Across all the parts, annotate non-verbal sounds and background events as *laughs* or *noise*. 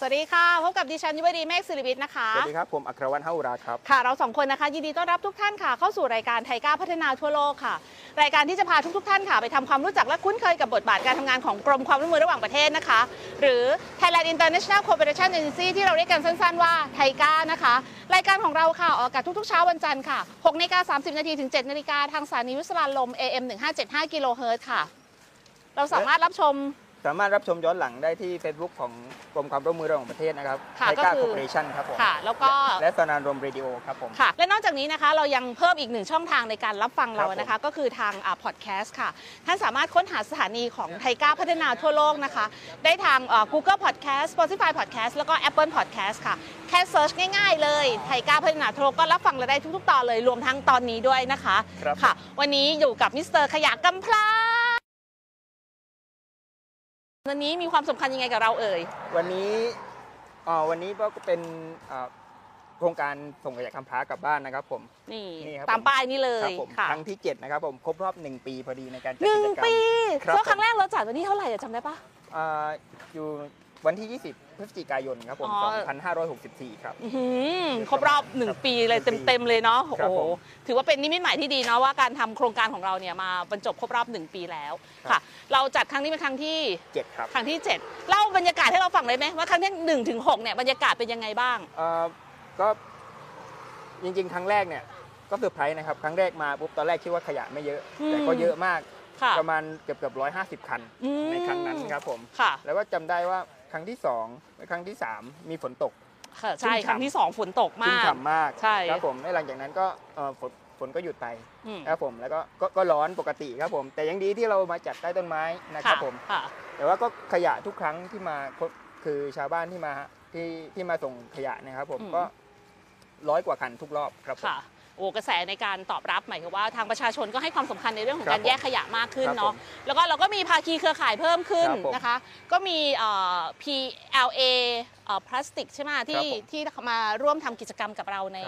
สวัสดีค่ะพบกับดิฉันยุวดีเมฆศิริวิทย์นะคะ สวัสดีครับผมอัครวัฒน์เฮาอุราครับ ค่ะเราสองคนนะคะยินดีต้อนรับทุกท่านค่ะเข้าสู่รายการไทยก้าวพัฒนาทั่วโลกค่ะ รายการที่จะพาทุกๆท่านค่ะ ไปทำความรู้จักและคุ้นเคยกับบทบาทการทำงานของกรมความร่วมมือระหว่างประเทศนะคะ หรือ Thailand International Cooperation Agency ที่เราเรียกกันสั้นๆว่าไทยก้านะคะ รายการของเราค่ะออกอากาศทุกๆเช้าวันจันทร์ค่ะ6นาฬิกา30นาทีถึง7นาฬิกาทางสถานีวิทยุลม AM 1575กิโลเฮิรตซ์ค่ะ เราสามารถรับชม สามารถรับชมย้อนหลังได้ที่ Facebook ของกรมความร่วมมือระหว่างประเทศนะครับ ค่ะ ไทก้า ก็คือ คอร์ปอเรชั่นครับผม ค่ะแล้วก็ และและสนานรมเรดิโอครับผม ค่ะและนอกจากนี้นะคะเรายังเพิ่มอีกหนึ่งช่องทางในการรับฟังเรา ครับผม นะคะ ก็คือทางพอดแคสต์ค่ะ ท่านสามารถค้นหาสถานีของไทก้าพัฒนาทั่วโลกนะคะ ได้ทางอ่า Google Podcast Spotify Podcast แล้วก็ Apple Podcast ค่ะ แค่เซิร์ชง่ายๆเลยไทก้าพัฒนาทั่วโลกก็รับฟังเราได้ทุกๆ ตอนเลยรวมทั้งตอนนี้ด้วยนะคะ ครับ ค่ะ วันนี้อยู่กับมิสเตอร์ขยะกำพร้าวันนี้มีความสำคัญยังไงกับเราเอ่ย วันนี้เอ่อวันนี้ก็เป็นเอ่อโครงการส่งขยะคำพร้ากลับบ้านนะครับผม นี่ นี่ครับ ตามป้ายนี่เล ครั ย ผม ค่ะ ครั้งที่ 7 นะครับผมครบรอบ 1 ปีพอดีในการจัด หนึ่ง กิจกรรม ปี ครับ แล้วครั้ง ผม แรกเราจัดวันที่เท่าไหร่อะจำได้ปะ เอ่ออยู่วันที่ 20 พฤศจิกายนครับผม อ๋อ 2564 ครับ อื้อหือครบรอบ 1 ปีเลยเต็ม ๆ เลยเนาะโอ้ ครับ โห ผม ถือว่าเป็นนิมิตหมายที่ดีเนาะว่าการทำโครงการของเราเนี่ยมาบรรจบครบรอบ 1 ปีแล้ว ครั ค่ะ บ เราจัดครั้งนี้เป็นครั้งที่ 7 ครับ ครั้งที่ 7 เล่าบรรยากาศให้เราฟังเลยไหมว่าครั้งที่1นงถึงหกเนี่ยบรรยากาศเป็นยังไงบ้าง เอ่อก็จริงๆ ครั้งแรกเนี่ยก็เซอร์ไพรส์นะครับ ครั้งแรกมาปุ๊บตอนแรกคิดว่าขยะไม่เยอะ อืม แต่ก็เยอะมาก ค่ะ ประมาณเกือบเกือบร้อยห้าสิบคัน อืม ในครั้งนั้นครับผม ค่ะ แล้วก็จำได้ว่าครั้งที่สองและครั้งที่สามมีฝนตก ค่ะใช่ ชุ่มฉ่ำ ครั้งที่ 2 ฝนตก ชุ่ม มาก ฉ่ำมาก ใช่ ครับผมและหลังจากนั้นก็เอ่อฝนฝนก็หยุดไป อืม ครับผมแล้วก็ก็ก็ร้อนปกติครับผม แต่ยังดีที่เรามาจัดใต้ต้นไม้นะครับผม ค่ะ แต่ว่าก็ขยะทุกครั้งที่มาก็คือชาวบ้านที่มาที่ที่มาส่งขยะนะครับผม อืม ก็ร้อยกว่าคันทุกรอบครับผม ค่ะโอ้กระแสในการตอบรับหมายความว่าทางประชาชนก็ให้ความสำคัญในเรื่องของ ครับ การแยกขยะมากขึ้น ครับ เนาะ ผม แล้วก็เราก็มีภาคีเครือข่ายเพิ่มขึ้น ครับผม นะคะ ก็มีเอ่อ PLA เอ่อพลาสติกใช่ไหมที่ ผม ที่มาร่วมทำกิจกรรมกับเราใน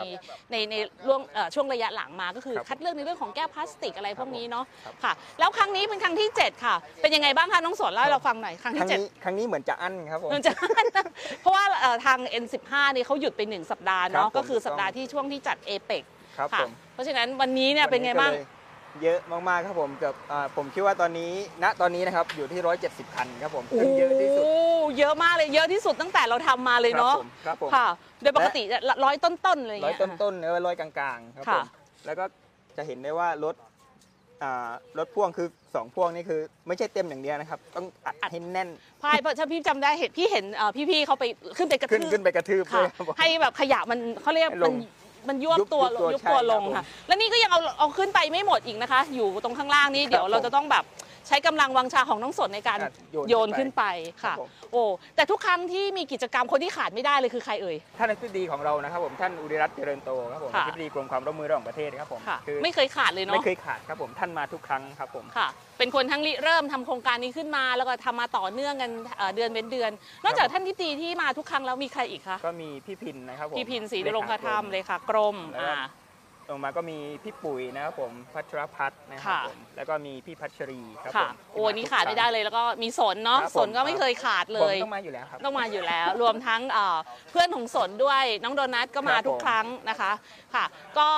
ในในร่วงเอ่อช่วงระยะหลังมาก็คือ ครับ คัดเลือกในเรื่องของแก้วพลาสติกอะไรพวกนี้เนาะ ครับ ค่ะ แล้วครั้งนี้เป็นครั้งที่ 7 ค่ะ เป็นยังไงบ้างคะน้องสนเล่าให้เราฟังหน่อยครั้ง ค ที่ รั้ง เจ็ด นี้ครั้งนี้เหมือนจะอั้นครับผม มันจะ *laughs* เพราะว่าเอ่อทาง N15 นี่เขาหยุดไป 1 สัปดาห์ ครั เนาะ บผม ก็คือสัปดาห์ ถูกที่ต้องช่วงที่จัดเอเปก ครับ ค่ะ ผม เพราะฉะนั้นวันนี้เนี่ยเป็นไงบ้าง วันนี้ก็เลยเยอะมากๆครับผมเกือบอ่าผมคิดว่าตอนนี้ณตอนนี้นะครับอยู่ที่ 170 คันครับผม โอ้ ซึ่งเยอะที่สุด เยอะมากเลยเยอะที่สุดตั้งแต่เราทำมาเลย ครั เนาะ ผมครับผม ค่ะ โดยปกติร้อยต้นๆอะไรอย่าง ร้อย เงี้ย ต้นๆหรือว่าร้อยกลางๆครับผ ค่ะ มแล้วก็จะเห็นได้ว่ารถอ่ารถพ่วงคือ 2 พ่วงนี่คือ ไม่ใช่เต็มอย่างเดียวนะครับ ต้องอัดให้แน่น พายเพราะถ้าพี่จำได้เห็นพี่เห็นเอ่อพี่ๆเขาไปขึ้นไปกระ ขึ้น ทืบ ขึ้นไปกระทืบเล ค่ะ ยครับผม ให้แบบขยะมันเขาเรียก ให้ล มัน ง มันยวบ ยุบ ตัว ยุบตัว ยุบตัว ใช่ ลง ครั ค่ะ บผม และนี่ก็ยังเอาเอาขึ้นไปไม่หมดอีกนะคะ อยู่ตรงข้างล่างนี่ ครับ เดี๋ยวเรา ผม จะต้องแบบใช้กำลังวังชาของน้องสดในการ อ่ะ โย โย น นขึ้ ขึ้น น ไป ไป ค่ะ ครับผม โอ้แต่ทุกครั้งที่มีกิจกรรมคนที่ขาดไม่ได้เลยคือใครเอ่ย ท่านอธิบดีของเรานะครับผมท่านอุริรัตน์เจริญโตครับผม ค่ะ อธิบดีกรมความร่วมมือระหว่างประเทศครับผม ค่ะ คือ ไม่เคยขาดเลยเนาะ ไม่เคยขาดครับผมท่านมาทุกครั้งครับผม ค่ะ เป็นคนทั้งริเริ่มทำโครงการนี้ขึ้นมา แล้วก็ทำมาต่อเนื่องกันเอ่อเดือนเว้นเดือน นอกจากท่านทิตีที่มาทุกครั้งแล้วมีใครอีกคะ ก็มีพี่พินนะครับผม พี่พินศรีนรงคธรรม เล เลย ยค่ะ กรม แล้วก็ อ่า ลงมาก็มีพี่ปุ๋ยนะครับผมพัชรพัฒน์นะครับ ค่ะ ผมแล้วก็มีพี่พัชรีครับผ ค่ะ ม โอ้นี่ ที่ ขาดไม่ได้ ทุก เลยแล้วก็มีสนเนาะ ครับผม สนก็ไม่เคยขาด ครั้ง เล ผม ย ต้องมาอยู่แล้วครับ ต้องมาอยู่แล้ว รวมทั้งเอ่อเพื่อนของสนด้วยน้องโดนัทก็มา ครับผม ทุกครั้งนะคะค่ะ ก็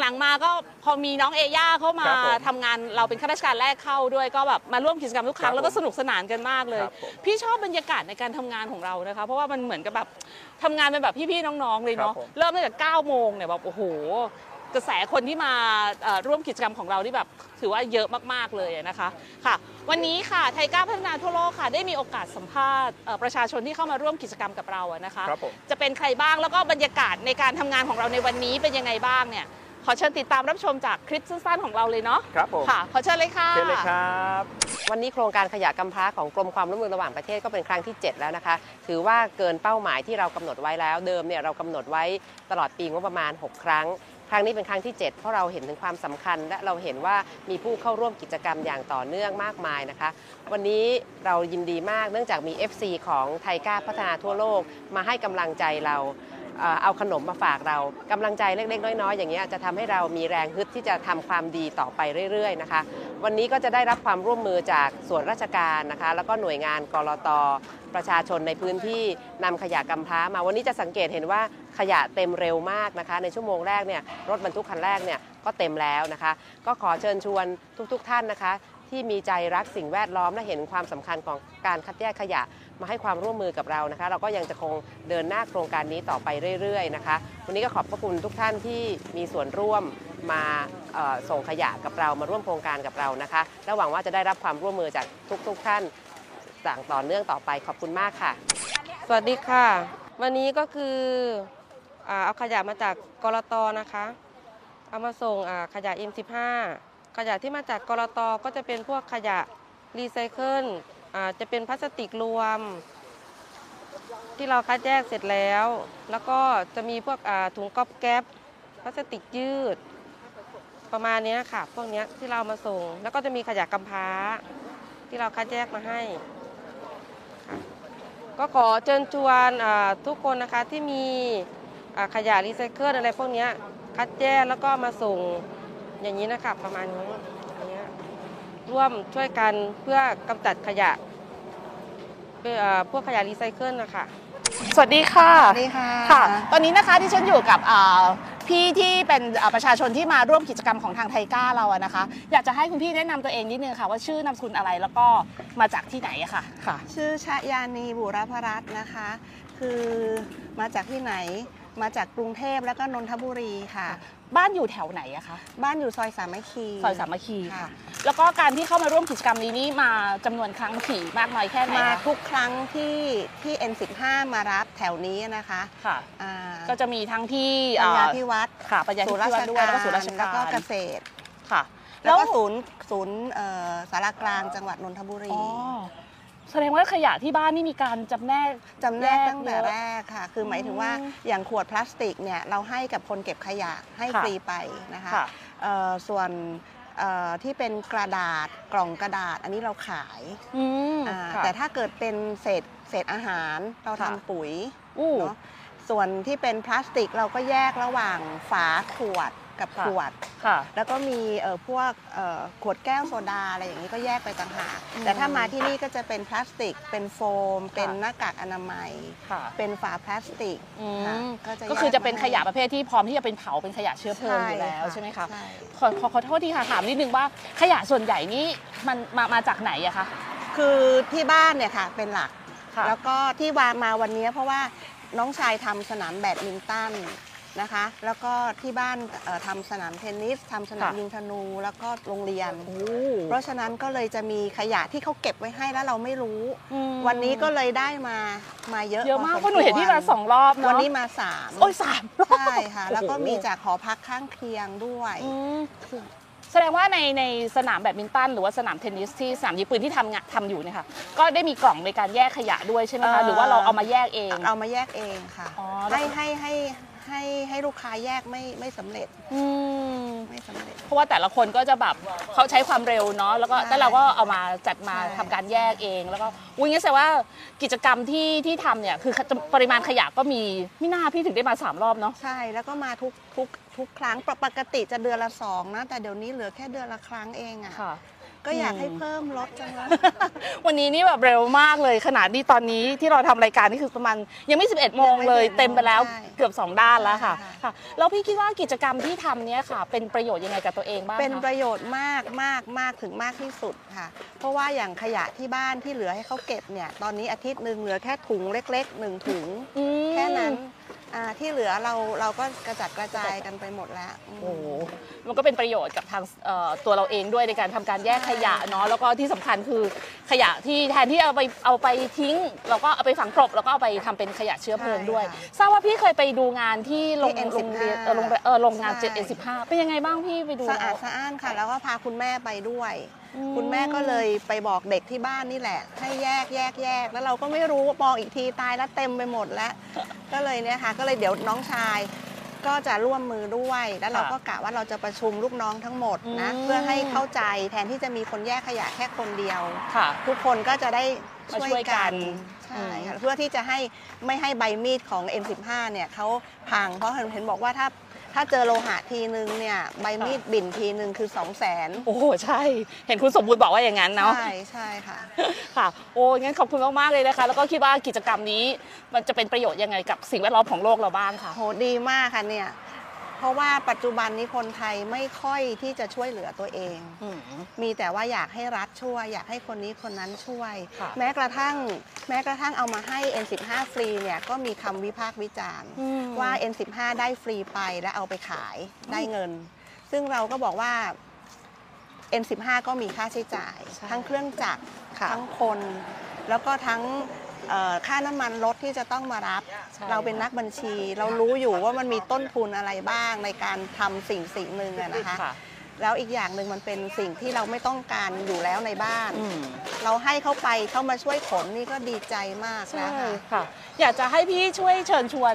หลังๆมาก็พอมีน้องเอย่าเข้ามา ครับผม ทำงานเราเป็นข้าราชการแรกเข้าด้วยก็แบบมาร่วมกิจกรรมทุกครั้ง ครับ แล้วก็สนุกสนานกันมากเลย ครับผม พี่ชอบบรรยากาศในการทำงานของเรานะคะ เพราะว่ามันเหมือนกับแบบทำงานเป็นแบบพี่ๆน้องๆเลยเนาะ ครับผม เริ่มตั้งแต่9โมงเนี่ยแบบโอ้โหกระแสคนที่มาเอ่อร่วมกิจกรรมของเราที่แบบถือว่าเยอะมากๆเลยนะคะค่ะ วันนี้ค่ะไทยก้าพัฒนาทั่วโลกค่ะได้มีโอกาสสัมภาษณ์เอ่อประชาชนที่เข้ามาร่วมกิจกรรมกับเราอะนะคะ ครับผม จะเป็นใครบ้างแล้วก็บรรยากาศในการทำงานของเราในวันนี้เป็นยังไงบ้างเนี่ยขอเชิญติดตามรับชมจากคลิปสั้นๆของเราเลยเนาะ ครับผม ค่ะขอเชิญเลยค่ะ เชิญเลยครับ วันนี้โครงการขยะกำพร้าของกรมความร่วมมือระหว่างประเทศก็เป็นครั้งที่ 7 แล้วนะคะ ถือว่าเกินเป้าหมายที่เรากำหนดไว้แล้วเดิมเนี่ยเรากำหนดไว้ตลอดปีงบประมาณ 6 ครั้ง ครั้งนี้เป็นครั้งที่ 7 เพราะเราเห็นถึงความสำคัญ และเราเห็นว่ามีผู้เข้าร่วมกิจกรรมอย่างต่อเนื่องมากมายนะคะ วันนี้เรายินดีมากเนื่องจากมี FC ของไทก้าพัฒนาทั่วโลก มาให้กำลังใจเราเอ่อเอาขนมมาฝากเรากำลังใจเล็กๆ น้อยๆ อย่างเงี้ยจะทำให้เรามีแรงฮึดที่จะทำความดีต่อไปเรื่อยๆนะคะ วันนี้ก็จะได้รับความร่วมมือจากส่วนราชการนะคะ แล้วก็หน่วยงานกรตประชาชนในพื้นที่นำขยะกำพร้ามาวันนี้จะสังเกตเห็นว่าขยะเต็มเร็วมากนะคะ ในชั่วโมงแรกเนี่ยรถบรรทุกคันแรกเนี่ยก็เต็มแล้วนะคะ ก็ขอเชิญชวนทุกๆทท่านนะคะ ที่มีใจรักสิ่งแวดล้อมและเห็นความสำคัญของการคัดแยกขยะมาให้ความร่วมมือกับเรานะคะ เราก็ยังจะคงเดินหน้าโครงการนี้ต่อไปเรื่อยๆนะคะ วันนี้ก็ขอบพระคุณทุกท่านที่มีส่วนร่วมมาเอ่อส่งขยะกับเรามาร่วมโครงการกับเรานะคะและหวังว่าจะได้รับความร่วมมือจากทุกๆท่านต่างต่อเนื่องต่อไปขอบคุณมากค่ะ สวัสดีค่ะ วันนี้ก็คืออาเอาขยะมาจากกรตนะคะ เอามาส่งอ่าขยะ M15 ขยะที่มาจากกรตก็จะเป็นพวกขยะรีไซเคิลอ่าจะเป็นพลาสติกรวม ที่เราคัดแยกเสร็จแล้ว แล้วก็จะมีพวกอ่าถุงก๊อบแก๊ปพลาสติกยืด ประมาณเนี้ยค่ะ พวกเนี้ยที่เราเอามาส่ง แล้วก็จะมีขยะกำพร้า ที่เราคัดแยกมาให้ ก็ขอเชิญชวนอ่าทุกคนนะคะที่มีอ่าขยะรีไซเคิลอะไรพวกเนี้ยคัดแยกแล้วก็มาส่งอย่างนี้นะคะประมาณนี้อย่างเงี้ยร่วมช่วยกันเพื่อกำจัดขยะเพื่ออ่าพวกขยะรีไซเคิลนะคะ สวัสดีค่ะ สวัสดีค่ะ ค่ะ ตอนนี้นะคะที่ฉันอยู่กับอ่าพี่ที่เป็นอ่าประชาชนที่มาร่วมกิจกรรมของทางไทก้าเราอะนะคะ อยากจะให้คุณพี่แนะนำตัวเองนิดนึงค่ะว่าชื่อนามสกุลอะไรแล้วก็มาจากที่ไหนอะค่ะค่ะ ชื่อชยานีบุรพรัตน์นะคะ คือมาจากที่ไหน มาจากกรุงเทพแล้วก็นนทบุรีค่ะ บ้านอยู่แถวไหนอะคะ บ้านอยู่ซอยสามัคคี ซอยสามัคคี ค่ะ ค่ะ แล้วก็การที่เข้ามาร่วมกิจกรรมนี้นี่มาจำนวนครั้งถี่มากน้อยแค่ไหน มา คะ ทุกครั้งที่ที่ N15 มารับแถวนี้นะคะ ค่ะ อ่า ก็จะมีทั้งที่ ปัญญา อ่า พิวัตร ค่ะปัญญา ศู ที่ นย์รา วั ช ดด้วย กา แล้ว ร ก็ศูนย์ราชการ แล้วก็เกษตร ค่ะ แล้วก็ศูนย์ศูนย์เอ่อสารกลางจังหวัดนนทบุรี อ๋อแสดงว่าขยะที่บ้านนี่มีการจำแนก จำแนกตั้งแต่แรกค่ะ คือหมายถึงว่า อืม อย่างขวดพลาสติกเนี่ยเราให้กับคนเก็บขยะให้ ค่ะ ฟรีไปนะคะ ค่ะ เอ่อส่วนเอ่อที่เป็นกระดาษกล่องกระดาษอันนี้เราขาย อืม อ่า ค่ะ แต่ถ้าเกิดเป็นเศษเศษอาหารเรา ค่ะ ทำปุ๋ย อู้ เนาะส่วนที่เป็นพลาสติกเราก็แยกระหว่างฝาขวดกับ ค่ะ ขวด ค่ะ แล้วก็มีเอ่อพวกเอ่อขวดแก้วโซดาอะไรอย่างนี้ก็แยกไปต่างหาก อืม แต่ถ้ามาที่นี่ก็จะเป็นพลาสติก เป็นโฟม ค่ะ เป็นหน้ากากอนามัย ค่ะ เป็นฝาพลาสติก อื ค่ะ ม แย ก็คือจะเป็น มา ข ให้ ยะประเภทที่พร้อมที่จะเป็นเผาเป็นขยะเชื้อเพลิงอยู่แล้วใช่ไหมคะ ใช่ ขอขอขอโทษทีค่ะถามนิดนึงว่าขยะส่วนใหญ่นี่มันมามาจากไหนอะคะ คือที่บ้านเนี่ยค่ะ เป็นหลัก ค่ะ แล้วก็ที่วางมาวันนี้เพราะว่าน้องชายทำสนามแบดมินตันนะคะ แล้วก็ที่บ้านเอ่อทำสนามเทนนิสทำสนาม ค่ะ ยิงธนู แล้วก็โรงเรียน โอ้ เพราะฉะนั้นก็เลยจะมีขยะที่เขาเก็บไว้ให้แล้วเราไม่รู้ อืม วันนี้ก็เลยได้มามาเยอะ เยอะมาก พ เพราะหนูเห็นที่มาสองรอบเนาะ วันนี้มาสาม โอ้ยสามรอบ ใช่ค่ะ แล้วก็ โอ้โห มีจากหอพักข้างเคียงด้วย อืมแสดงว่าในในสนามแบดมินตันหรือว่าสนามเทนนิสที่สนามยิงปืนที่ทำงานทำอยู่เนี่ยค่ะก็ได้มีกล่องในการแยกขยะด้วยใช่ไหมคะ เอ่อ หรือว่าเราเอามาแยกเอง เอามาแยกเองค่ะ อ๋อ ให้ให้ให้ให้ให้ลูกค้าแยกไม่ไม่สำเร็จ อืม ไม่สำเร็จ เพราะว่าแต่ละคนก็จะแบบเขาใช้ความเร็วเนาะแล้วก็ ใช่ แต่เราก็เอามาจัดมา ใช่ ทำการแยกเองแล้วก็อุ้ยงั้นแสดงว่ากิจกรรมที่ที่ทำเนี่ยคือปริมาณขยะก็มีไม่น่าพี่ถึงได้มาสามรอบเนาะ ใช่ แล้วก็มาทุกทุกทุกครั้งปกปกติจะเดือนละสองนะ แต่เดี๋ยวนี้เหลือแค่เดือนละครั้งเองอะ่ะ ก็อยากให้ อืม เพิ่มลดจังเลย *laughs* วันนี้นี่แบบเร็วมากเลยขนาดนี้ตอนนี้ที่เราทำรายการนี่คือประมาณยังไม่ 11โมงเลย ยังไม่11 เต็มไปแล้ว ใช่ เกือบสองด้านแล้วค่ะ ใช่ค่ะ ค่ะแล้วพี่คิดว่ากิจกรรมที่ทำเนี่ยค่ะ เป็นประโยชน์ยังไงกับตัวเองบ้าง เป็นป คะ ระโยชน์มากมากมากถึงมากที่สุดค่ะ เพราะว่าอย่างขยะที่บ้านที่เหลือให้เขาเก็บเนี่ย ตอนนี้อาทิตย์หนึ่งเหลือแค่ถุงเล็กๆหนึ่งถุง อืม แค่นั้นอ่าที่เหลือเราเราก็กระจัดกระจายกันไปหมดแล้วอืม โอ้โหมันก็เป็นประโยชน์กับทางเอ่อตัวเราเองด้วยในการทำการแยกขยะเนาะ แล้วก็ที่สำคัญคือขยะที่แทนที่เอาไปเอาไปทิ้ง เราก็เอาไปฝังกลบแล้วก็เอาไปทำเป็นขยะเชื้อเพลิงด้วย ใช่ค่ะ ทราบว่าพี่เคยไปดูงานที่โรง ที่ N15 โรงเรียนเอ่อโรงเรียนเอ่อโรงงาน ใช่ เจ็ดเอ็สิบห้าเป็นยังไงบ้างพี่ไปดู สะอาด แล้ว สะอ้านค่ะ แล้วก็พาคุณแม่ไปด้วย อื คุณแม่ก็เลยไปบอกเด็กที่บ้านนี่แหละ ให้แยกแยกแยก แล้วเราก็ไม่รู้มองอีกทีตายแล้วเต็มไปหมดแล้ว ก็เลยเนี่ยค่ะ ก็เลยเดี๋ยวน้องชายก็จะร่วมมือด้วย แล้วเราก็กะว่าเราจะประชุมลูกน้องทั้งหมดนะ เพื่อให้เข้าใจแทนที่จะมีคนแยกขยะแค่คนเดียว ค่ะ ทุกคนก็จะได้ มา ช่ ช่ ว วย ย กั กัน นใช่ อื ค่ะ ม เพื่อที่จะให้ไม่ให้ใบมีดของ M15 เนี่ยเขาพังเพราะเห็นบอกว่าถ้า ถ้าเจอโลหะทีนึงเนี่ยใบมีดบิ่นทีนึงคือ2 0 0 0 0 0 โอ้โหใช่ เห็นคุณสมบูรณ์บอกว่าอย่างนั้นเนาะ ใช่ใช่ค่ะ ค่ะโอ้ยงั้นขอบคุณมาก ๆ เลยนะคะ แล้วก็คิดว่ากิจกรรมนี้ มันจะเป็นประโยชน์ยังไงกับสิ่งแวดล้อมของโลกเราบ้างค่ะ โหดีมากค่ะเนี่ย เพราะว่าปัจจุบันนี้คนไทยไม่ค่อยที่จะช่วยเหลือตัวเอง อืม มีแต่ว่าอยากให้รัฐช่วย อยากให้คนนี้คนนั้นช่วย ค่ะ แม้กระทั่ง แม้กระทั่งเอามาให้ N15 ฟรีเนี่ยก็มีคำวิพากษ์วิจารณ์ ว่า N15 ได้ฟรีไปแล้วเอาไปขายได้เงิน ซึ่งเราก็บอกว่า N15 ก็มีค่าใช้จ่าย ใช่ ทั้งเครื่องจักร ค่ะ ทั้งคน แล้วก็ทั้งเอ่อค่าน้ำมันรถที่จะต้องมารับ ใช่ เราเป็นนักบัญชี เรารู้อยู่ว่ามันมีต้นทุนอะไรบ้างในการทำสิ่งสิ่งหนึ่งอะนะคะ ค่ะ แล้วอีกอย่างหนึ่งมันเป็นสิ่งที่เราไม่ต้องการอยู่แล้วในบ้าน อืม เราให้เขาไปเขามาช่วยขนนี่ก็ดีใจมาก ใช่ แล้วค่ะ ค่ะ อยากจะให้พี่ช่วยเชิญชวน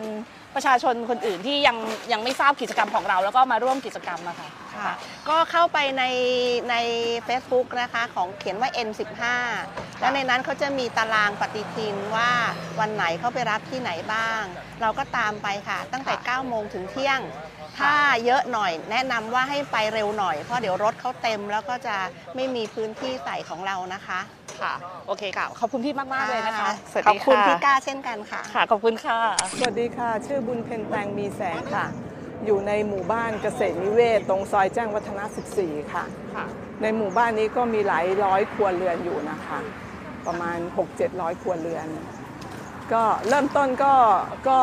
ประชาชนคนอื่นที่ยังยังไม่ทราบกิจกรรมของเรา แล้วก็มาร่วมกิจกรรมอะค่ะ ค่ะก็เข้าไปในใน Facebook นะคะของเขียนว่า N15 แล้วในนั้นเขาจะมีตารางปฏิทินว่าวันไหนเขาไปรับที่ไหนบ้าง เราก็ตามไปค่ะ ตั้งแต่ ค่ะ 9 โมงถึงเที่ยง ถ้าเยอะหน่อยแนะนำว่าให้ไปเร็วหน่อย เพราะเดี๋ยวรถเขาเต็มแล้วก็จะไม่มีพื้นที่ใส่ของเรานะคะ ค่ะโอเคค่ะ ขอบคุณพี่มาก ๆ เลยนะคะสวัส ขอ ดี บคุณ ะ พี่ก้าเช่นกันค่ะ ค่ะ ขอบคุณค่ะ สวัสดีค่ะ ชื่อบุญเพ็ญแตงมีแสงค่ะ อยู่ในหมู่บ้านเกษตรนิเวศ ตรงซอยแจ้งวัฒนะ 14 ค่ะ ในหมู่บ้านนี้ก็มีหลายร้อยครัวเรือนอยู่นะคะ ประมาณ 6-700 ครัวเรือน ก็เริ่มต้นก็ก็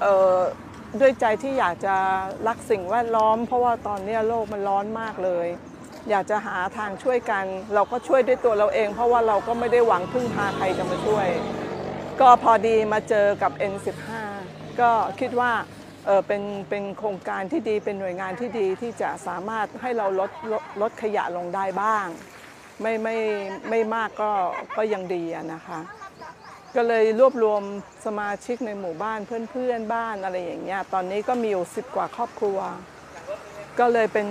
เอ่อด้วยใจที่อยากจะรักสิ่งแวดล้อม เพราะว่าตอนเนี้ยโลกมันร้อนมากเลย อยากจะหาทางช่วยกัน เราก็ช่วยด้วยตัวเราเอง เพราะว่าเราก็ไม่ได้หวังพึ่งพาใครจะมาช่วย ก็พอดีมาเจอกับ N15 ก็คิดว่าเออเป็นเป็นโครงการที่ดีเป็นหน่วยงานที่ดีที่จะสามารถให้เราลดลดลดขยะลงได้บ้าง ไม่ไม่ไม่มากก็ก็ยังดีอะนะคะ ก็เลยรวบรวมสมาชิกในหมู่บ้านเพื่อนๆบ้านอะไรอย่างเงี้ยตอนนี้ก็มีอยู่สิบกว่าครอบครัว ก็เลยเป็น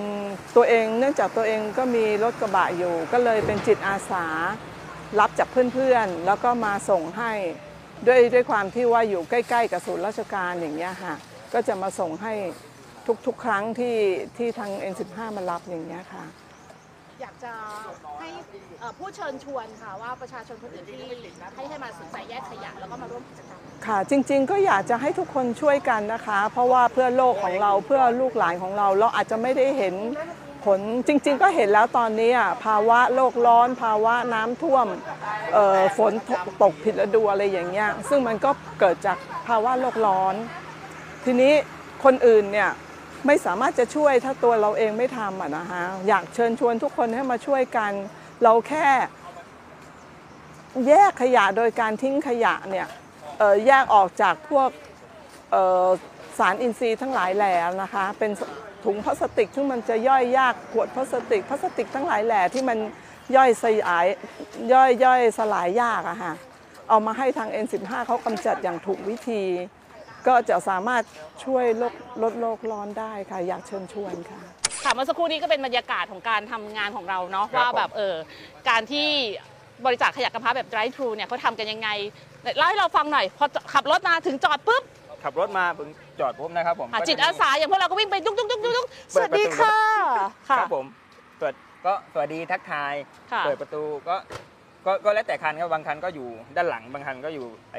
ตัวเองเนื่องจากตัวเองก็มีรถกระบะอยู่ ก็เลยเป็นจิตอาสารับจากเพื่อนๆ แล้วก็มาส่งให้ด้วยด้วยความที่ว่าอยู่ใกล้ๆ กับศูนย์ราชการอย่างเงี้ยค่ะก็จะมาส่งให้ทุกๆ ครั้งที่ที่ทาง N15 มารับอย่างเงี้ยค่ะ อยากจะให้เอ่อผู้เชิญชวนค่ะว่าประชาชนคนอื่นที่ให้ให้มาสนใจแยกขยะแล้วก็มาร่วมกิจกรรม ค่ะจริงๆก็อยากจะให้ทุกคนช่วยกันนะคะ เพราะว่าเพื่อโลกของเราเพื่อลูกหลานของเราเราอาจจะไม่ได้เห็นผลจริง ๆ ก็เห็นแล้วตอนนี้อะภาวะโลกร้อน ภาวะน้ำท่วมเอ่อฝนตกตกผิดฤดูอะไรอย่างเงี้ยซึ่งมันก็เกิดจากภาวะโลกร้อน ทีนี้คนอื่นเนี่ยไม่สามารถจะช่วยถ้าตัวเราเองไม่ทำอ่ะนะคะอยากเชิญชวนทุกคนให้มาช่วยกัน เราแค่แยกขยะโดยการทิ้งขยะเนี่ย เอ่อแยกออกจากพวกเอ่อสารอินทรีย์ทั้งหลายแหล่นะคะ เป็นถุงพลาสติกที่มันจะย่อยยากขวดพลาสติกพลาสติกทั้งหลายแหล่ที่มันย่อยสลายย่อยย่อยสลายยากอะค่ะเอามาให้ทาง N15 เขากำจัดอย่างถูกวิธี ก็จะสามารถช่วยลดลดโลกร้อนได้ค่ะ อยากเชิญชวนค่ะ ค่ะเมื่อสักครู่นี้ก็เป็นบรรยากาศของการทำงานของเราเนาะ ครับ ว่าแบบ ผม เออการที่บริจาคขยะกระพร้าแบบ drive thru เนี่ยเขาทำกันยังไงเล่าให้เราฟังหน่อย พอขับรถมาถึงจอดปุ๊บ ขับรถมาผมจอดปุ๊บนะครับผม อ่ะ ก็ะ จิตอาสาอย่างพวกเราก็วิ่งไปดุ๊กดุ๊กดุ๊กดุ๊กสวัสเปิปร ดี ตู ค่ะ ค ค่ะ รับผมเปิดก็สวัสดีทักทาย ค่ะ เปิดประตูก็ก็ก็แล้วแต่คันครับบางคันก็อยู่ด้านหลังบางคันก็อยู่ไอ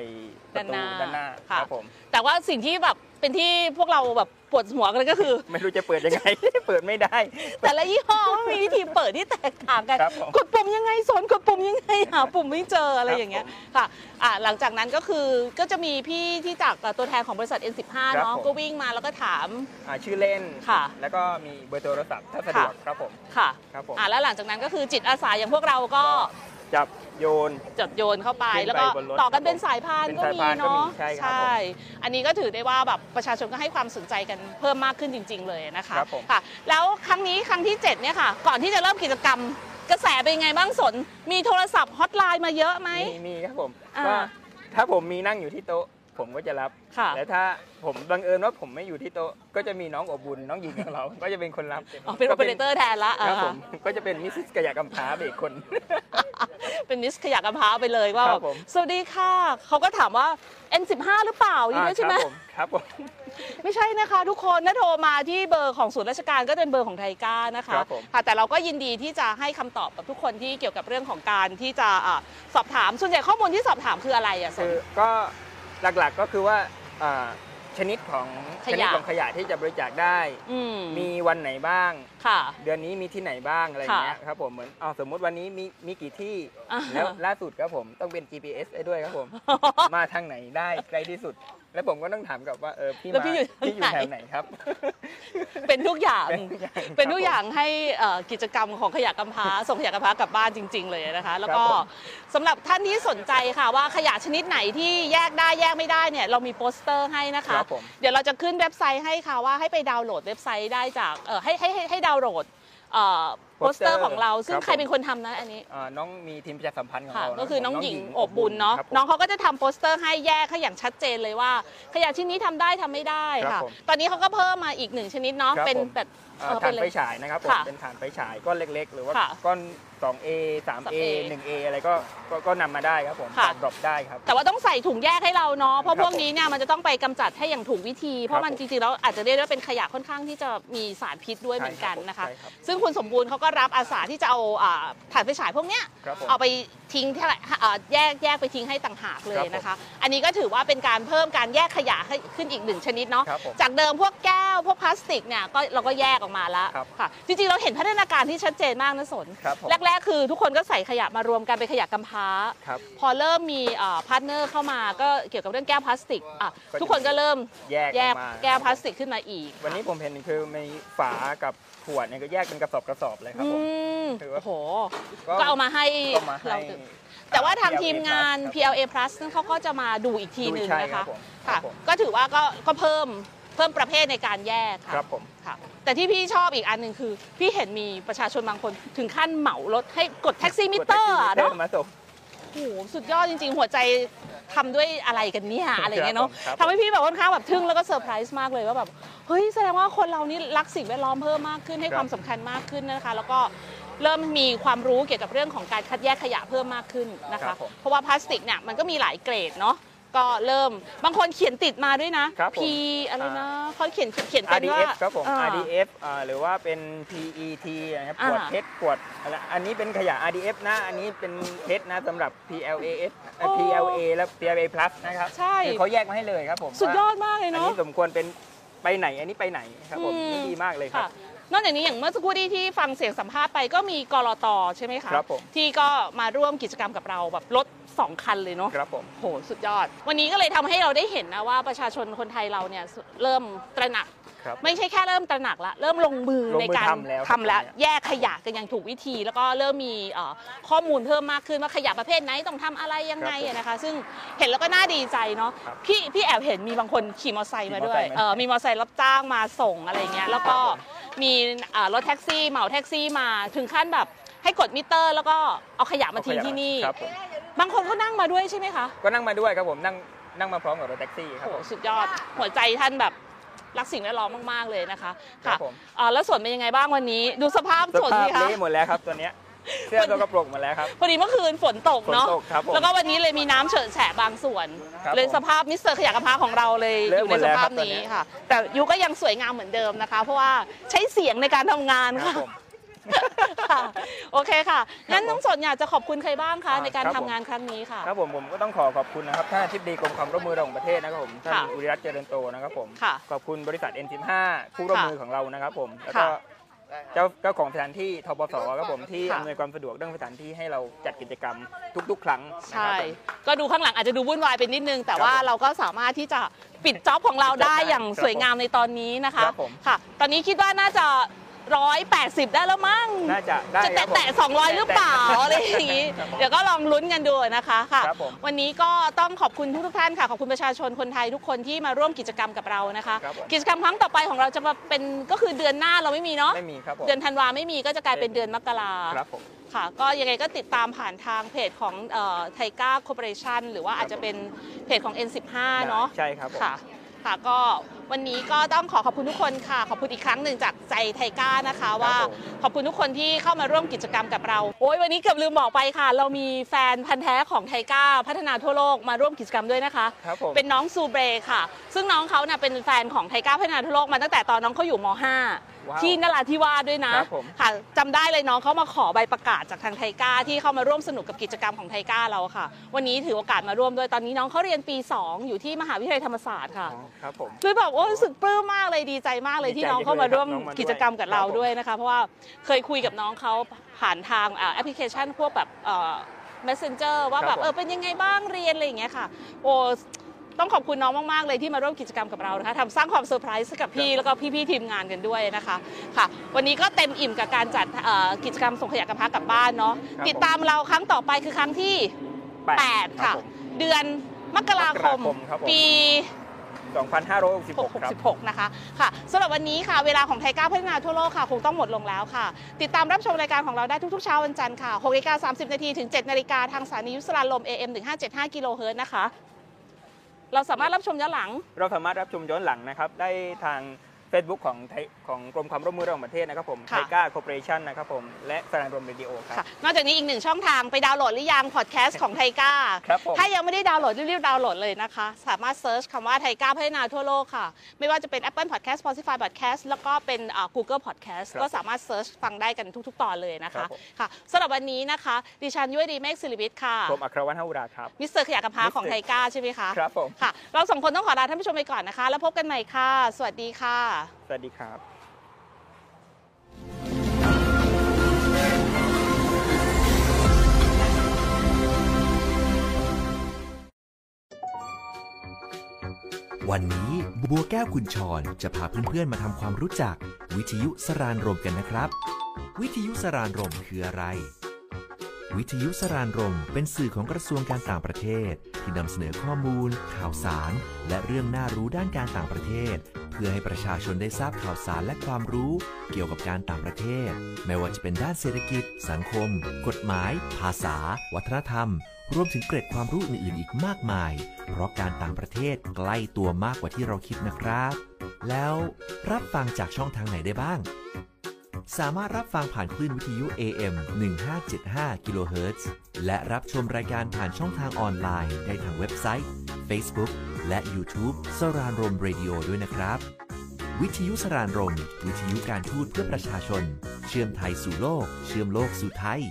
ประตู ด้า ด้าน น ห ห น้า น้า ค่ะ ครับผม แต่ว่าสิ่งที่แบบเป็นที่พวกเราแบบปวดหัวกันเลยก็คือ ไม่รู้จะเปิดยังไง *laughs* เปิดไม่ได้ แต่ละยี่ห้อมันมีวิธีเปิดที่แตกต่างกัน ครับผม กดปุ่มยังไงสนกดปุ่มยังไงหาปุ่มไม่เจออะไรอย่างเงี้ย ครับ ค่ะอ่ะ หลังจากนั้นก็คือก็จะมีพี่ที่จากเอ่อตัวแทนของบริษัท N15 ครับ เนาะ ผม ก็วิ่งมาแล้วก็ถาม อ่าชื่อเล่น ค่ะ แล้วก็มีเบอร์โทรศัพท์ถ้าสะดวก ค่ะ ครับผม ค่ะ ครับผม อ่ะแล้วหลังจากนั้นก็คือจิตอาสาอย่างพวกเราก็ จับโยน จดโยนเข้าไป ขึ้นไป แล้วก็ บนรถ ต่อกัน ครับผม เป็นสายพาน เป็น ก็ สามียพานก็มี เนาะ ใช่ครับ อันนี้ก็ถือได้ว่าแบบประชาชนก็ให้ความสนใจกันเพิ่มมากขึ้นจริง ๆ เลยนะคะ ครับผม ค่ะ แล้วครั้งนี้ครั้งที่เจ็ดเนี่ยค่ะ ก่อนที่จะเริ่มกิจกรรม กระแสเป็นยังไงบ้างสน มีโทรศัพท์ฮอตไลน์มาเยอะไหม มีมีครับผม อ่า ว่าถ้าผมมีนั่งอยู่ที่โต๊ะ ผมก็จะรับ ค่ะ แต่ถ้าผมบังเอิญว่าผมไม่อยู่ที่โต๊ะก็จะมีน้องอบบุญน้องหญิงของเรา *laughs* ก็จะเป็นคนรับ อ๋อเป็นโอ ก็ เปอเรเตอร์แทนละอ่า ครับผมก็จะเป็นมิสซิสกระยากำพร้าไปอีกคน เป็นมิสขยะกระเพร้าไปเลยว่า ครับผม สวัสดีค่ะ เขาก็ถามว่า N15 หรือเปล่าอย่างนี้ใช่ไหม อ่าครับผม ไม่ใช่นะคะ ทุกคนนะโทรมาที่เบอร์ของศูนย์ราชการก็เป็นเบอร์ของไทก้านะคะ ครับผม ค่ะแต่เราก็ยินดีที่จะให้คำตอบกับทุกคนที่เกี่ยวกับเรื่องของการที่จะอ่ะสอบถามส่วนใหญ่ข้อมูลที่สอบถามคืออะไรอ่ะ ับผม สน คือก็หลักๆก็คือว่าอ่าชนิดของ ข ช ยะ นิดของขยะที่จะบริจาคได้ อืม มีวันไหนบ้าง ค่ะ เดือนนี้มีที่ไหนบ้างอะไรอย่างเงี้ยครับผมเหมือนเอาสมมุติวันนี้มีมีกี่ *laughs* ที่ อ่า แล้วล่าสุดครับผมต้องเป็น GPS ไอ้ด้วย *laughs* ครับผม มาทางไหนได้ไกลที่สุด แล้วผมก็ต้องถามกลับว่าเออพี่ แล้ มาว พี่อยู่ พี่อยู่ ไหน แถวไหนครับ เป็นทุกอย่าง เป็ เป็น น ทุ ทุ ก ก อ อย่าง ย่างให้เอ่อกิจกรรมของขยะกำพร้า ส่งขยะกำพร้ากลับบ้านจริง ๆ เลยนะคะ แล้วก็ ครับผม สำหรับท่านที่สนใจค่ะว่าขยะชนิดไหนที่แยกได้แยกไม่ได้เนี่ยเรามีโปสเตอร์ให้นะ ค คะ รับผม เดี๋ยวเราจะขึ้นเว็บไซต์ให้ค่ะว่าให้ไปดาวน์โหลดเว็บไซต์ได้จากเอ่อให้ให้ให้ให้ดาวน์โหลดเอ่อโปสเตอร์ของเรา ซึ่งใครเป็นคนทำนะอันนี้ อ่าน้องมีทีมประชาสัมพันธ์ของ ค่ะ เรา ก็คือ รับผม น้องหญิงอบบุญเนาะ ครับผม น้องเขาก็จะทำโปสเตอร์ให้แยกให้อย่างชัดเจนเลยว่า ขยะชิ้นนี้ทำได้ทำไม่ได้ ครั ค่ะ บผม ตอนนี้เขาก็เพิ่มมาอีกหนึ่งชนิดเนาะ ครับ เป็น ผม แบบ อ่า เอ่อ ถ่า เป็น น ไฟ เลย ฉายนะครับผม ค่ะ เป็นถ่านไฟฉายก้อนเล็กๆ หรือว่า ค่ะ ก้อน 2A 3A 3A 1A อะไรก็ก็ก็นำมาได้ครับผม ค่ะ ดรอปได้ครับ แต่ว่าต้องใส่ถุงแยกให้เราเนาะเพราะ ครับ พวกนี้เนี่ยมันจะต้องไปกำจัดให้อย่างถูกวิธี เพ ครับ ราะมัน ผม จริงๆแล้วอาจจะเรียกได้ว่าเป็นขยะค่อนข้างที่จะมีสารพิษด้วย ใช่ เหมือนกัน ครับผม นะคะ ใช่ครับ ซึ่งคุณสมบูรณ์เขาก็รับอาสาที่จะเอาอ่าถ่านไฟฉายพวกเนี้ย ครับผม เอาไปทิ้งที่ไหนเอ่อแยกแยกไปทิ้งให้ต่างหากเลย ครับผม นะคะ อันนี้ก็ถือว่าเป็นการเพิ่มการแยกขยะให้ขึ้นอีกหนึ่งชนิดเนาะ ครับผม จากเดิมพวกแก้วพวกพลาสติกเนี่ยก็เราก็แยกออกมาแล้ว ครับ ค่ะ จริงๆเราเห็นพัฒนาการที่ชัดเจนมากนะสน ครับผม แรกๆ คือทุกคนก็ใส่ขยะมารวมกันเป็นขยะกำพร้า ครับ พอเริ่มมีพาร์ทเนอร์เข้ามาก็เกี่ยวกับเรื่องแก้วพลาสติกอ่ะ ก็จะ ทุกคนก็เริ่ม แยก แยก ออมา แก้วพลาสติกขึ้นมาอีก วันนี้ผมเห็นคือมีฝากับขวดเนี่ยก็แยกเป็นกระสอบกระสอบเลยครับ อื ผม ม ถือว่า โอ้โห ก็เอามาให้ ก็มาให้ เราดู แต่ว่าทางทีมงาน พีย PLA Plus นั่นเขาก็จะมาดูอีกทีหนึ่งนะ ครั คะ บผม ค่ะ รับผม ก็ถือว่าก็ก็เพิ่มเพิ่มประเภทในการแยกค่ะ ครับผม ค่ะ แต่ที่พี่ชอบอีกอันหนึ่งคือ พี่เห็นมีประชาชนบางคนถึงขั้นเหมารถให้กดแท็กซี่มิเตอร์อะ กดแท็กซี่เนาะมิตมาส่ง โอ้โหสุดยอดจริง ๆ หัวใจทำด้วยอะไรกันเนี่ยอะไรเงี้ยเนาะ ครับผม ทำให้พี่แบบค่อนข้างแบบทึ่งแล้วก็เซอร์ไพรส์มากเลยว่าแบบเฮ้ยแสดงว่าคนเรานี่รักสิ่งแวดล้อมเพิ่มมากขึ้นให้ความสำคัญมากขึ้นนะคะ แล้วก็เริ่มมีความรู้เกี่ยวกับเรื่องของการคัดแยกขยะเพิ่มมากขึ้นนะ ครั คะ บผม เพราะว่าพลาสติกเนี่ยมันก็มีหลายเกรดเนาะก็เริ่มบางคนเขียนติดมาด้วยนะ ครับผม P อะไรนะเขาเขียนเขียนเป็นว่า RDF ครับผม อ่า RDF อ่าหรือว่าเป็น PET นะครับ อ่า ขวดเพชรขวดอะไรอันนี้เป็นขยะ RDF นะ อันนี้เป็นเพชรนะสำหรับ PLAS เอ่อ โอ้ PLA และ PLA plus นะครับ ใช่ คือเขาแยกมาให้เลยครับผม สุดยอด ว่ มากเลย อัน เนาะ นี้สมควรเป็นไปไหน อันนี้ไปไหนครับผม อืม นี่ดีมากเลยครับ ค่ะ นอกจากนี้อย่างเมื่อสักครู่ที่ที่ฟังเสียงสัมภาษณ์ไปก็มีกรตใช่ไหมคะ ครับผม ที่ก็มาร่วมกิจกรรมกับเราแบบรถสองคันเลยเนาะ ครับผม โหสุดยอด วันนี้ก็เลยทำให้เราได้เห็นนะว่าประชาชนคนไทยเราเนี่ยเริ่มตระหนัก ครับ ไม่ใช่แค่เริ่มตระหนักละเริ่มลงมือ ลงมือ ในการ ทำแล้ว ทำแล้ว ครับ แยกขยะกันอย่างถูกวิธี แล้วก็เริ่มมีเอ่อข้อมูลเพิ่มมากขึ้นว่าขยะประเภทไหนต้องทำอะไรยังไงอะนะคะ ซึ่งเห็นแล้วก็น่าดีใจเนาะ ครับ พี่พี่แอบเห็นมีบางคนขี่มอเตอร์ไซค์มาด้ว ขี่ ย มอเตอร์ไซค์มา เออมีมอเตอร์ไซค์รับจ้างมาส่งอะไรเงี้ยแล้วก็มีเอ่อรถแท็กซี่เหมาแท็กซี่มาถึงขั้นแบบให้กดมิเตอร์ แล้วก็เอาขยะมาทิ้ง เอาขยะ ที่นี่ ครับผม บางคนก็นั่งมาด้วยใช่ไหมคะ ก็นั่งมาด้วยครับผมนั่งนั่งมาพร้อมกับรถแท็กซี่ค โอ้โหรับผม สุดยอดหัวใจท่านแบบรักสิ่งแวดล้อมมากๆเลยนะคะ ครั ค่ะ บผม อ่าแล้วสวนเป็นยังไงบ้างวันนี้ ดูสภาพ ส สวน ภาพ สิคะ เละหมดแล้วครับตัวเนี้ยเสื้อ มัน ตัวกระโปรงหมดแล้วครับ พอดีเมื่อคืนฝนตกเนาะ ฝนตกครับผม แล้วก็วันนี้เลยมีน้ำเฉอะแฉะบางส่วน ครับ เลย ผม สภาพมิสเตอร์ขยะกระพร้าของเราเลย เริ่ อ ม ยู่ หม ในสดแล้วค ภา รับ พนี้ ตอนเนี้ย ค่ะ แต่ยูก็ยังสวยงามเหมือนเดิมนะคะ เพราะว่าใช้เสียงในการทำงาน ครับ ค่ะ ผม ค่ะโอเคค่ะ งั้น ผม น้องสนอยากจะขอบคุณใครบ้างคะ อ่า ในการ ครับ ทำ ผม งานครั้งนี้ค่ะ ครับผมผมก็ต้องขอขอบคุณนะครับท่านอธิบดีกรมความร่วมมือระหว่างประเทศนะครับผมท่าน ค่ะ อุริรัตน์เจริญโตนะครับผม ค่ะ ขอบคุณบริษัท N15 ผู้ร่วม ค่ะ มือของเรานะครับผมแล้วก็ ค่ะ เจ้าเจ้าของสถานที่ทปสครับผมที่ ค่ะ อำนวยความสะดวกเรื่องสถานที่ให้เราจัดกิจกรรมทุก ๆ ครั้งนะค ใช่ รับผม ก็ดูข้างหลังอาจจะดูวุ่นวายไปนิดนึง แต่ว่า ครับผม เราก็สามารถที่จะปิดจ็อบของเราได้อย่างสวยงามในตอนนี้นะคะ ครับผม ค่ะ ตอนนี้คิดว่าน่าจะ 180 ได้แล้วมั้ง น่าจะได้ จะ ครับ แตะ ผม แตะ200 หรือเปล่า *laughs* อะไรอย่างนี้ เดี๋ยวก็ลองลุ้นกันดูนะคะค่ะ ครับผม วันนี้ก็ต้องขอบคุณทุกๆท่านค่ะ ขอบคุณประชาชนคนไทยทุกคนที่มาร่วมกิจกรรมกับเรานะคะ ครับผม กิจกรรมครั้งต่อไปของเราจะมาเป็นก็คือเดือนหน้าเราไม่มีเนาะ ไม่มีครับผม เดือนธันวาไม่มีก็จะกลายเป็นเดือนมกรา ครับผม ค่ะ ก็ยังไงก็ติดตามผ่านทางเพจของไทก้าคอร์ปอเรชันหรือว่าอาจจะเป็นเพจของ N15 เนาะ ใช่ครับผม ค่ะ ค่ะ ก็วันนี้ก็ต้องขอขอบคุณทุกคนค่ะ ขอบคุณอีกครั้งหนึ่งจากใจไทก้านะคะ ว่า ผม ขอบคุณทุกคนที่เข้ามาร่วมกิจกรรมกับเรา โอ้ยวันนี้เกือบลืมบอกไปค่ะ เรามีแฟนพันธ์แท้ของไทก้าพัฒนาทั่วโลกมาร่วมกิจกรรมด้วยนะคะ ครับผม เป็นน้องซูเบรค่ะ ซึ่งน้องเขาเนี่ยเป็นแฟนของไทก้าพัฒนาทั่วโลกมาตั้งแต่ตอนน้องเขาอยู่ม ว้าว .5 ที่นราธิวาสด้วยนะ ครับผม ค่ะจำได้เลยน้องเขามาขอใบประกาศจากทางไทก้าที่เข้ามาร่วมสนุกกับกิจกรรมของไทก้าเราค่ะ วันนี้ถือโอกาสมาร่วมด้วยตอนนี้น้องเขาเรียนปี 2 อยู่ที่มหาวิทยาลัยธรรมศาสตร์ค่ะ อ๋อครับผม คือแบบโอ้ยรู้สึกปลื้มมากเลยดีใจมากเลยที่น้องเข้ามาร่วมกิจกรรมกับเราด้วยนะคะ เพราะว่าเคยคุยกับน้องเขาผ่านทางอ่าแอปพลิเคชันพวกแบบเอ่อ messenger ว่าแบบ ครับผม เออเป็นยังไงบ้างเรียนอะไรอย่างเงี้ยค่ะ โอ้ต้องขอบคุณน้องมาก ๆ เลยที่มาร่วมกิจกรรมกับเรานะคะทำสร้างความเซอร์ไพรส์ให้กับพี่ แล้วก็พี่ ๆ ทีมงานกันด้วยนะคะค่ะ วันนี้ก็เต็มอิ่มกับการจัดเอ่อกิจกรรมส่งขยะกระพากลับบ้านเนาะ ครับ ติดตามเราครั้งต่อไปคือครั้งที่ 8 ค่ะ รับผม เดือนมกราคม มกราคมครับผม ปี 2566ครับ 66 นะคะค่ะสำหรับวันนี้ค่ะ เวลาของไทยก้าวพัฒนาทั่วโลกค่ะ คงต้องหมดลงแล้วค่ะ ติดตามรับชมรายการของเราได้ทุกๆเช้าวันจันทร์ค่ะ6นาฬิกา30 นาทีถึง 7 นาฬิกาทางสถานียุสราลม AM 1575กิโลเฮิรตซ์นะคะ เราสามารถรับชมย้อนหลัง เราสามารถรับชมย้อนหลังนะครับ ได้ทาง Facebook ของไทยของกรมความร่วมมือระหว่างประเทศนะครับผมไท ค่ะ ก้าคอร์ปอเรชันนะครับผม และสถานรมเรดิโอครับ ค่ะ นอกจากนี้อีกหนึ่งช่องทางไปดาวน์โหลดหรือยังพอดแคสต์ของไทก้า ครับผม ถ้ายังไม่ได้ดาวน์โหลดรีบๆดาวน์โหลดเลยนะคะ สามารถเซิร์ชคำว่าไทก้าพัฒนาทั่วโลกค่ะ ไม่ว่าจะเป็น Apple Podcast Spotify Podcast แล้วก็เป็นอ่า Google Podcast ครับ ก็สามารถเซิร์ชฟังได้กันทุกๆ ตอนเลยนะ ครั คะ บผม ค่ะสำหรับวันนี้นะคะ ดิฉันยุ้ยดีเมฆศิริวิทย์ค่ะ ผมอัครวัฒน์หอุราครับ มิสเตอร์ขยะกระพาของไทก้าใช่ไหมคะ ครับผม ค่ะ เราสองคนต้องขอลาท่านผู้ชมไปก่อนนะคะ แล้วพบกันใหม่ค่ะ สวัสดีค่ะ สวัสดีครับ วันนี้บัวแก้วคุณชรจะพาเพื่อนๆ มาทำความรู้จัก วิทยุสรานรมกันนะครับ วิทยุสรานรมคืออะไร วิทยุสรานรมเป็นสื่อของกระทรวงการต่างประเทศ ที่นำเสนอข้อมูล ข่าวสาร และเรื่องน่ารู้ด้านการต่างประเทศ เพื่อให้ประชาชนได้ทราบข่าวสารและความรู้ เกี่ยวกับการต่างประเทศ ไม่ว่าจะเป็นด้านเศรษฐกิจ สังคม กฎหมาย ภาษา วัฒนธรรม รวมถึงเกร็ดความรู้อื่นๆ อีกมากมาย เพราะการต่างประเทศใกล้ตัวมากกว่าที่เราคิดนะครับ แล้วรับฟังจากช่องทางไหนได้บ้าง สามารถรับฟังผ่านคลื่นวิทยุ AM 1575กิโลเฮิรตซ์และรับชมรายการผ่านช่องทางออนไลน์ได้ทางเว็บไซต์ Facebook และ YouTube สรานรมเรดิโอด้วยนะครับ วิทยุสรานรม วิทยุการทูตเพื่อประชาชน เชื่อมไทยสู่โลก เชื่อมโลกสู่ไทย